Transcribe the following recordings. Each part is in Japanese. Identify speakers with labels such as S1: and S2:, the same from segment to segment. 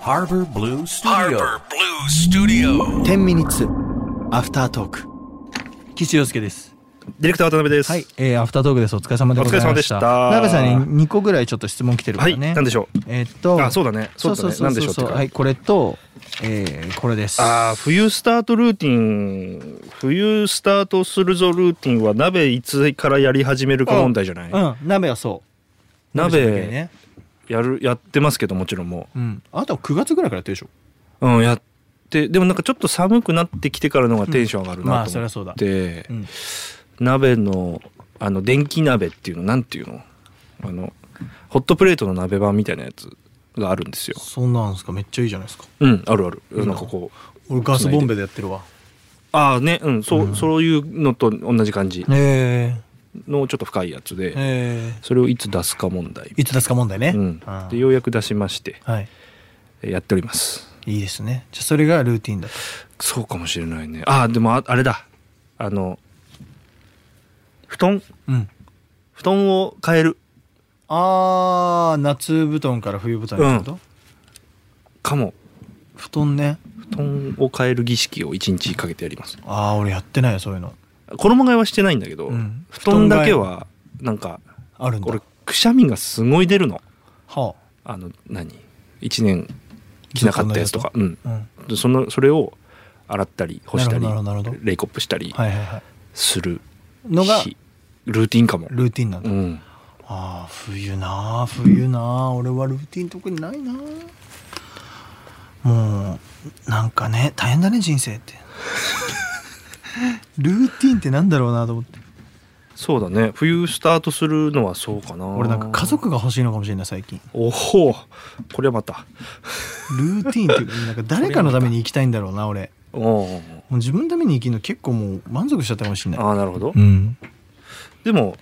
S1: Harbor Blue Studio.
S2: Harbor Blue Studio.
S3: 10ミニッツアフタートーク
S4: 岸洋介です。
S5: ディレクター渡辺です。
S4: はい、えー、アフタートークです。お疲れ様でございました。
S5: お疲れ様でした
S4: 鍋さんに2個ぐらいちょっと質問来てるか
S5: はい。
S4: らね。
S5: なんでしょう。
S4: えーっと、
S5: あそうだねそうだ
S4: そうそうそ
S5: ね
S4: うそう
S5: なんでしょうってか
S4: はい、これと、えー、これです。
S5: ああ、冬スタートルーティン、冬スタートするぞルーティンは鍋いつからやり始めるか問題じゃない。
S4: うん、鍋はそう。
S5: 鍋
S4: じゃなきゃね。
S5: やるやってますけどもちろんも
S4: うん、あなたは9月ぐらいからやってるでしょ。
S5: う。うんやってでもなんかちょっと寒くなってきてからのがテンション上がる
S4: ま
S5: な
S4: あ
S5: と
S4: そり
S5: 思
S4: ゃそうだ
S5: っ。て
S4: う。ん、
S5: 鍋のあの電気鍋っていうのなんていうのあのホットプレートの鍋版みたいなやつがあるんですよ。
S4: そんなんですか。めっちゃいいじゃないですか。
S5: うんあるある。なんかこう。
S4: 俺ガスボンベでやってるわ。
S5: ああねうんそう、そういうのと同じ感じ
S4: え
S5: のちょっと深いやつで。
S4: ー、え
S5: それをいつ出すか問題、
S4: ー、いつ出すか問題ね。
S5: うん
S4: あ、
S5: でようやく出しまして
S4: はい。
S5: えやっております
S4: いいですね。じゃあそれがルーティンだと。
S5: そうかもしれないねあでもああれだあの布団
S4: うん。
S5: 布団を変える
S4: あー夏布団から冬布団にってこと、
S5: かも
S4: 布団ね
S5: 布団を変える儀式を一日かけてやります
S4: ああ俺やってないよそういうの
S5: 衣替えはしてないんだけど、
S4: うん
S5: 布団だけはなんか
S4: あるんだ
S5: 俺くしゃみがすごい出るの
S4: は
S5: あの何1年着なかったやつとかうん
S4: あ、うん、
S5: でそのそれを洗ったり干したり
S4: なるほどなるほど
S5: レイコップしたり
S4: はいはいはい
S5: する
S4: のが
S5: 日ルーティンかも
S4: ルーティンなんだ、
S5: うん、
S4: ああ冬なあ冬なあ俺はルーティン特にないなあもうなんかね大変だね人生って ルーティンってなんだろうなと思って
S5: そうだね冬スタートするのはそうかな
S4: 俺なんか家族が欲しいのかもしれない最近
S5: おおこれはまた
S4: ルーティンっていうかなんか誰かのために生きたいんだろうな俺
S5: おー
S4: もう自分のために生きるの結構もう満足しちゃったかもしれない
S5: ああなるほど、
S4: うん、
S5: でも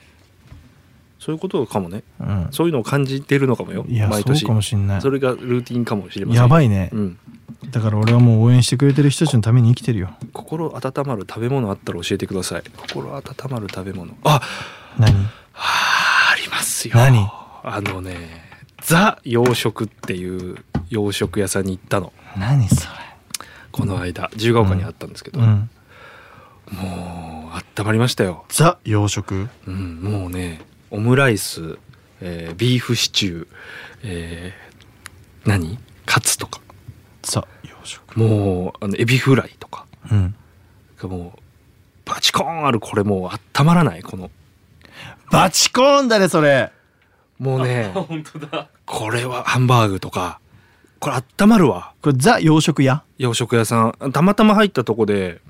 S5: そういうことかもね
S4: うん、
S5: そういうのを感じてるのかもよ
S4: いや
S5: 毎
S4: そう
S5: 年
S4: かもしんない
S5: それがルーティンかもしれません
S4: やばいね、
S5: うん、
S4: だから俺はもう応援してくれてる人たちのために生きてるよ
S5: 心温まる食べ物あったら教えてください心温まる食べ物あ
S4: 何
S5: ありますよ
S4: 何
S5: あのねザ洋食っていう洋食屋さんに行ったの
S4: 何それ
S5: この間自由が丘にあったんですけど、
S4: うん
S5: もうあったまりましたよ、
S4: ザ洋食
S5: うん、もうねオムライス、えービーフシチュー、えー何カツとか
S4: ザ洋食
S5: もうあのエビフライとか
S4: うん
S5: もうバチコーンあるこれもうあったまらないこの
S4: バチコーンだねそれ
S5: もうね 本当だこれはハンバーグとかこれあったまるわ
S4: これザ洋食屋
S5: 洋食屋さんたまたま入ったとこで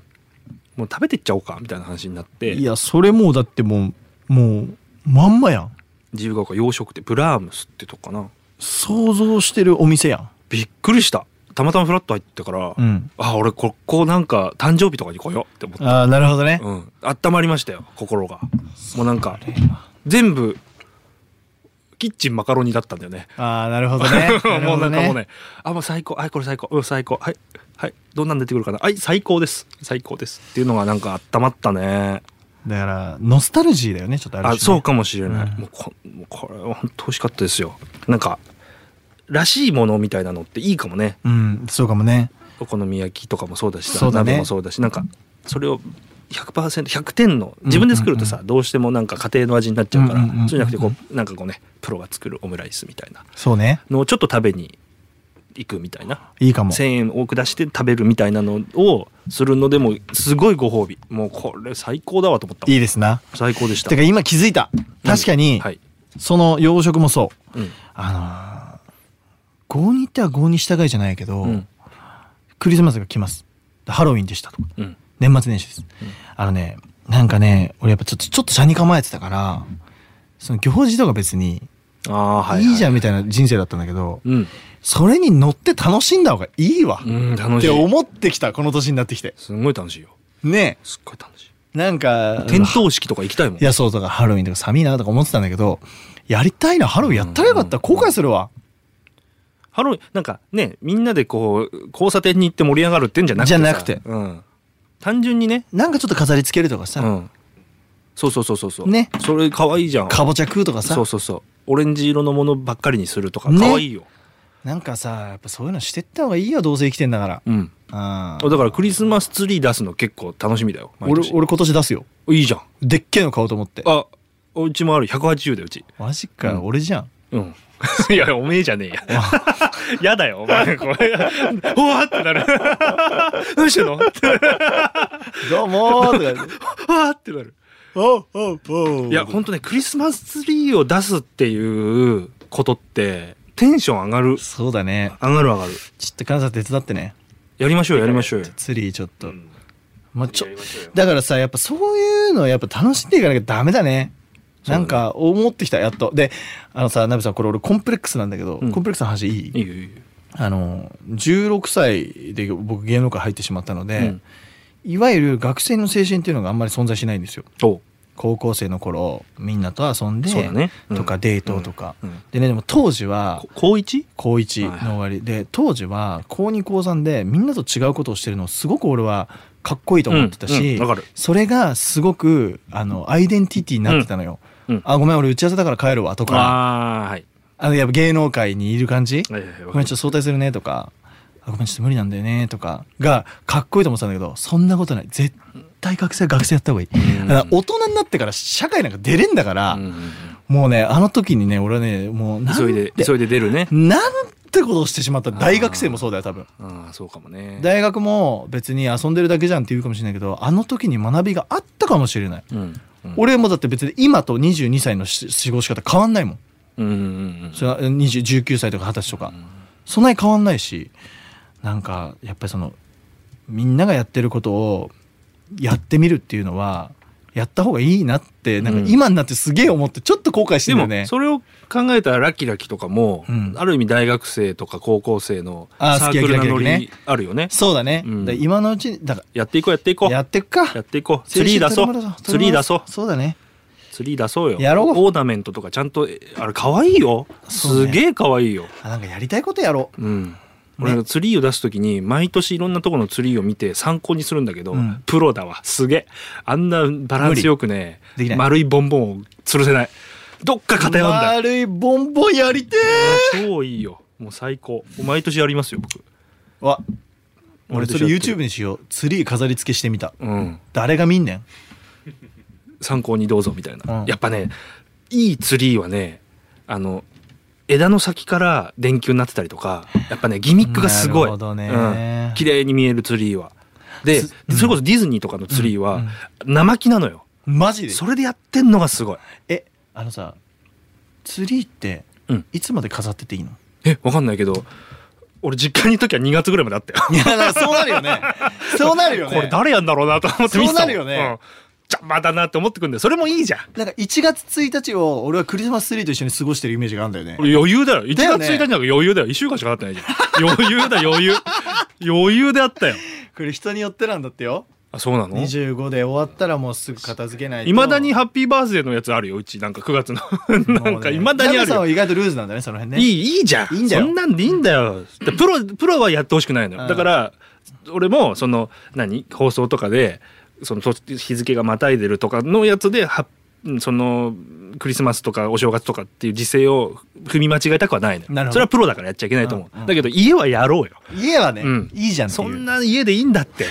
S5: もう食べてっちゃおうかみたいな話になって
S4: いやそれもうだってもうもうまんまやん
S5: 自由が丘洋食ってブラームスってとこかな
S4: 想像してるお店やん
S5: びっくりしたたまたまフラット入ってから、
S4: うん
S5: あ俺ここなんか誕生日とかに来ようって思って
S4: ああなるほどね
S5: うん温まりましたよ心がもうなんか全部キッチンマカロニだったんだよね
S4: ああなるほど ね
S5: もうなんかもう
S4: なる
S5: ねあもう最高はいこれ最高うん最高はいはいどんなん出てくるかなはい最高です最高ですっていうのがなんか温まったね
S4: ほどねだからノスタルジーだよねちょっとある種
S5: あ
S4: ね
S5: そうかもしれない、
S4: うん
S5: もうこもうこれは本当美味しかったですよなんからしいものみたいなのっていいかもね
S4: うんそうかもね
S5: お好み焼きとかもそうだしさ
S4: そうだね
S5: 鍋もそうだしなんかそれを 100%100 点の自分で作るとさ、どうしてもなんか家庭の味になっちゃうから、
S4: うんうんうんうん
S5: そうじゃなくてこうなんかこうねプロが作るオムライスみたいな
S4: そうね
S5: のをちょっと食べに行くみたいない
S4: いかも
S5: 1,000円多く出して食べるみたいなのをするのでもすごいご褒美もうこれ最高だわと思ったもん
S4: いいですな
S5: 最高でした
S4: てか今気づいた確かに、
S5: はい
S4: その洋食もそう
S5: うん
S4: あのー、郷に行っては郷に従いじゃないけど、
S5: うん
S4: クリスマスが来ますハロウィンでしたとか
S5: うん
S4: 年末年始です、あのねなんかね俺やっぱちょっとちょっと車に構えてたからその行事とか別に
S5: ああはい、はい、
S4: いいじゃんみたいな人生だったんだけど、
S5: うん、
S4: それに乗って楽しんだ方がいいわ、
S5: うん、楽
S4: っ
S5: してい
S4: 思ってきたこの年になってきて
S5: すごい楽しいよ
S4: ね
S5: すっごい楽しい
S4: えなんか
S5: 点灯式とか行きたいもん
S4: いや、そうとかハロウィンとか寒いなとか思ってたんだけど、やりたいな、ハロウィンやったらよかった、後悔するわ。
S5: ハロウィンなんかねみんなでこう交差点に行って盛り上がるってんじゃなくて
S4: じゃ
S5: さ
S4: なくて
S5: うん、単純にね、
S4: なんかちょっと飾り付けるとか
S5: う
S4: さ、
S5: ん、そうそうそうそうそう
S4: ね
S5: それ可愛いじゃん
S4: かぼちゃ食うとかさ
S5: そう、そうそうオレンジ色のものばっかりにするとか
S4: ね
S5: 可愛いよ、
S4: なんかさやっぱそういうのしてった方がいいよどうせ生きてんだから
S5: うん
S4: あ
S5: だからクリスマスツリー出すの結構楽しみだよ毎
S4: 俺
S5: 年
S4: 俺今年出すよ
S5: いいじゃん
S4: でっけえの買おうと思って
S5: あうちもある180でうち
S4: マジか、
S5: うん
S4: 俺じゃん
S5: うん いやおめえじゃねえや やだよお前これ うわってなる どうしてんの
S4: どうもー とか
S5: わーってなる
S4: おおお
S5: いやほんとねクリスマスツリーを出すっていうことってテンション上がる
S4: そうだね
S5: 上がる上がる
S4: ちょっと金沢手伝ってね
S5: やりましょうやりましょうよ
S4: ツリーちょっと、
S5: ん
S4: まあちょ
S5: やりましょうよ
S4: だからさやっぱそういうのやっぱ楽しんでいかなきゃダメだね
S5: そうだ
S4: な
S5: ね
S4: んか思ってきたやっとであのさナベさんこれ俺コンプレックスなんだけど、
S5: うん
S4: コンプレックスの話いい
S5: いいよいいよ
S4: あの16歳で僕芸能界入ってしまったので、
S5: うん
S4: いわゆる学生の精神っていうのがあんまり存在しないんですよ
S5: お
S4: 高校生の頃みんなと遊んで、
S5: そうだねうん
S4: とかデートとか、
S5: うんうん
S4: でねでも当時は
S5: こ高一
S4: 高1の終わりで当時は高2高3でみんなと違うことをしてるのをすごく俺はかっこいいと思ってた
S5: うん
S4: し、
S5: うんわかる
S4: それがすごくあのアイデンティティになってたのよ。
S5: うんうん
S4: あごめん俺打ち合わせだから帰るわとか
S5: ああはい
S4: あのやっぱ芸能界にいる感じ、
S5: はいはいはいわ
S4: ご
S5: か
S4: めん
S5: る
S4: ちょっと早退するねとかあごめんちょっと無理なんだよねとかがかっこいいと思ってたんだけどそんなことない絶対学生は学生やった方がいい。
S5: うん
S4: だから大人になってから社会なんか出れんだから、
S5: うんうんうん
S4: もうねあの時にね俺はねもうなん
S5: 急いで
S4: て
S5: 急いで出るね
S4: なんてことをしてしまった大学生もそうだよ多分
S5: ああそうかもね
S4: 大学も別に遊んでるだけじゃんって言うかもしれないけどあの時に学びがあったかもしれない、
S5: うんうん
S4: 俺もだって別に今と22歳のし過ごし方変わんないもん
S5: うんうんうん
S4: それは20 19歳とか20歳とか、そんなに変わんないしなんかやっぱりそのみんながやってることをやってみるっていうのはやった方がいいなってなんか
S5: うん
S4: 今になってすげえ思ってちょっと後悔して
S5: で
S4: るよ
S5: も、
S4: ね、
S5: それを考えたらラッキーラッキーとかも、
S4: うん
S5: ある意味大学生とか高校生の
S4: あー
S5: サークルのノ
S4: 好き焼きラッキー
S5: リあるよね
S4: そうだね、
S5: うん
S4: だから今のうちにだか
S5: やっていこうやっていこ
S4: ら
S5: う
S4: や
S5: や
S4: ってくか
S5: っていこうツリー出そうツリー出そう
S4: そうだね
S5: ツリー出そうよ
S4: やろう
S5: オーナメントとかちゃんとえあれ可愛いよ
S4: そう
S5: す
S4: ね
S5: げえ可愛いよ
S4: あなんかやりたいことやろう
S5: うん俺ツリーを出す時に毎年いろんなとこのツリーを見て参考にするんだけど、
S4: うん
S5: プロだわすげえあんなバランスよくね
S4: 無理できない
S5: 丸いボンボンを吊るせないどっか偏るんだよ
S4: 丸いボンボンやりて
S5: 超いいよもう最高毎年やりますよ僕
S4: ーわ俺
S5: 毎
S4: そ
S5: 年
S4: れ
S5: やってる
S4: YouTube にしようツリー飾り付けしてみた
S5: うん
S4: 誰が見んねん
S5: 参考にどうぞみたいな、
S4: うん
S5: やっぱねいいツリーはねあの枝の先から電球になってたりとかやっぱねギミックがすごい
S4: なるほどね
S5: うん、綺麗に見えるツリーはで
S4: つ
S5: それこそディズニーとかのツリー
S4: う
S5: は
S4: ん
S5: 生木なのよ
S4: マジで
S5: それでやってんのがすごい
S4: えあのさツリーって
S5: うん
S4: いつまで飾ってていいの、
S5: えわかんないけど俺実家にいた時は2月ぐらいまであったよ
S4: いやだからそうなるよね そうなるよね
S5: これ誰やんだろうなと思って見てたもん
S4: そうなるよね
S5: うん、邪魔だなって思ってくんだよそれもいいじゃん
S4: なんか1月1日を俺はクリスマスツリーと一緒に過ごしてるイメージがあるんだよね
S5: 余裕だよ。1
S4: だよ
S5: 月
S4: ね
S5: 1日なんか余裕だよ。1週間しか経ってないじゃん。余裕だ、余裕。余裕であったよ。
S4: これ人によってなんだってよ
S5: あ、そうなの
S4: 25で終わったらもうすぐ片付けないと
S5: いまだにハッピーバースデーのやつあるよ。うち、なんか9月の。なんかいまだに
S4: ナベ
S5: ある
S4: さん
S5: よ
S4: は。意外とルーズなんだねその辺ね
S5: いい、いいじゃん。
S4: いいんだよ
S5: そんなんでいいんだよ。でプロ、プロはやってほしくないの
S4: う
S5: よ。
S4: ん
S5: だから、俺も、その、何放送とかで、そのと日付がまたいでるとかのやつで、はその、クリスマスとかお正月とかっていう時勢を踏み間違えたくはないのよ。
S4: なるほど
S5: それはプロだからやっちゃいけないと思う。
S4: うんうん
S5: だけど、家はやろうよ。
S4: 家はね、
S5: うん
S4: いいじゃんってい
S5: そ
S4: うん
S5: な家でいいんだって。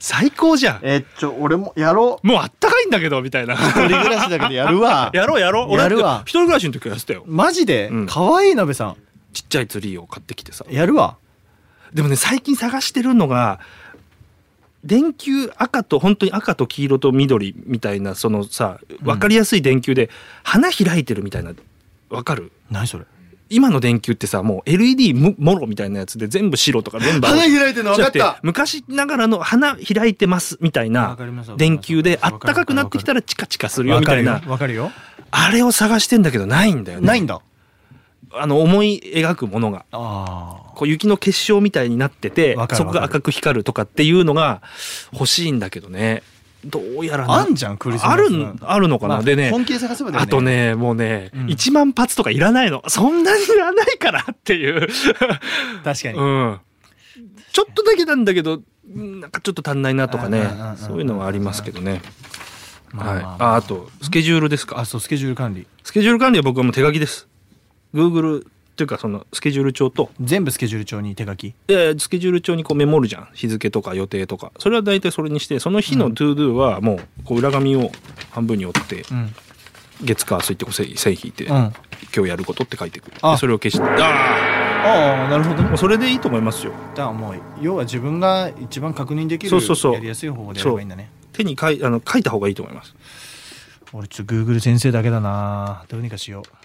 S5: 最高じゃん。
S4: えーちょ俺もやろう
S5: もうあったかいんだけど、みたいな。
S4: 一人暮らしだけど やるわ
S5: やろうやろう。俺
S4: やるわ
S5: 一人暮らしの時はやってたよ。
S4: マジで、
S5: うん
S4: 可愛いなべさん
S5: ちっちゃいツリーを買ってきてさ。
S4: やるわ
S5: でもね、最近探してるのが、電球赤と本当に赤と黄色と緑みたいなそのさ分かりやすい電球で花開いてるみたいな分かる
S4: 何それ
S5: 今の電球ってさもう LED ももろみたいなやつで全部白とか全部青
S4: 花開いてるの分かっ
S5: じゃな
S4: た
S5: くて昔ながらの花開いてますみたい
S4: わ
S5: な
S4: かりますわかります
S5: 電球であ
S4: わ
S5: っ
S4: かる
S5: たかくなってきたらチカチカするよ
S4: わ
S5: み
S4: か
S5: た
S4: る
S5: い
S4: よ
S5: な
S4: わかるよ
S5: あれを探してんだけどないんだよね
S4: ないんだ
S5: あの思い描くものが
S4: あ
S5: こう雪の結晶みたいになってて
S4: わかる
S5: そこが
S4: わかる
S5: 赤く光るとかっていうのが欲しいんだけどねどうやらな
S4: あんじゃんクリスマス
S5: あるあるのかな、
S4: まあ
S5: でね
S4: 本気で探せばだよね
S5: あとねもうね、
S4: うん
S5: 1万発とかいらないのそんなにいらないからって いう
S4: 確かに、
S5: うん、ちょっとだけなんだけどうんなんかちょっと足んないなとかね
S4: うんうんうんうん
S5: そういうのはありますけどね、
S4: まあまあま
S5: は
S4: あ
S5: い、ああとスケジュールです
S4: あ
S5: か
S4: そうスケジュール管理
S5: スケジュール管理は僕はもう手書きです Google というかそのスケジュール帳と、
S4: 全部スケジュール帳に手書き
S5: えースケジュール帳にこうメモるじゃん日付とか予定とかそれは大体それにしてその日のトゥードゥはもうこう裏紙を半分に折って、
S4: うん
S5: 月火水ってこう線線引いて、
S4: うんあ
S5: 今日やることって書いてくる
S4: あ
S5: でそれを消してあ
S4: あなるほど
S5: あもうそれでいいと思いますよ
S4: じゃあもう要は自分が一番確認できる
S5: そうそうそう
S4: やりやすい方法でやればいいんだね
S5: 手に書いあの書いた方がいいと思います
S4: 俺ちょっと Google 先生だけだなどうにかしよう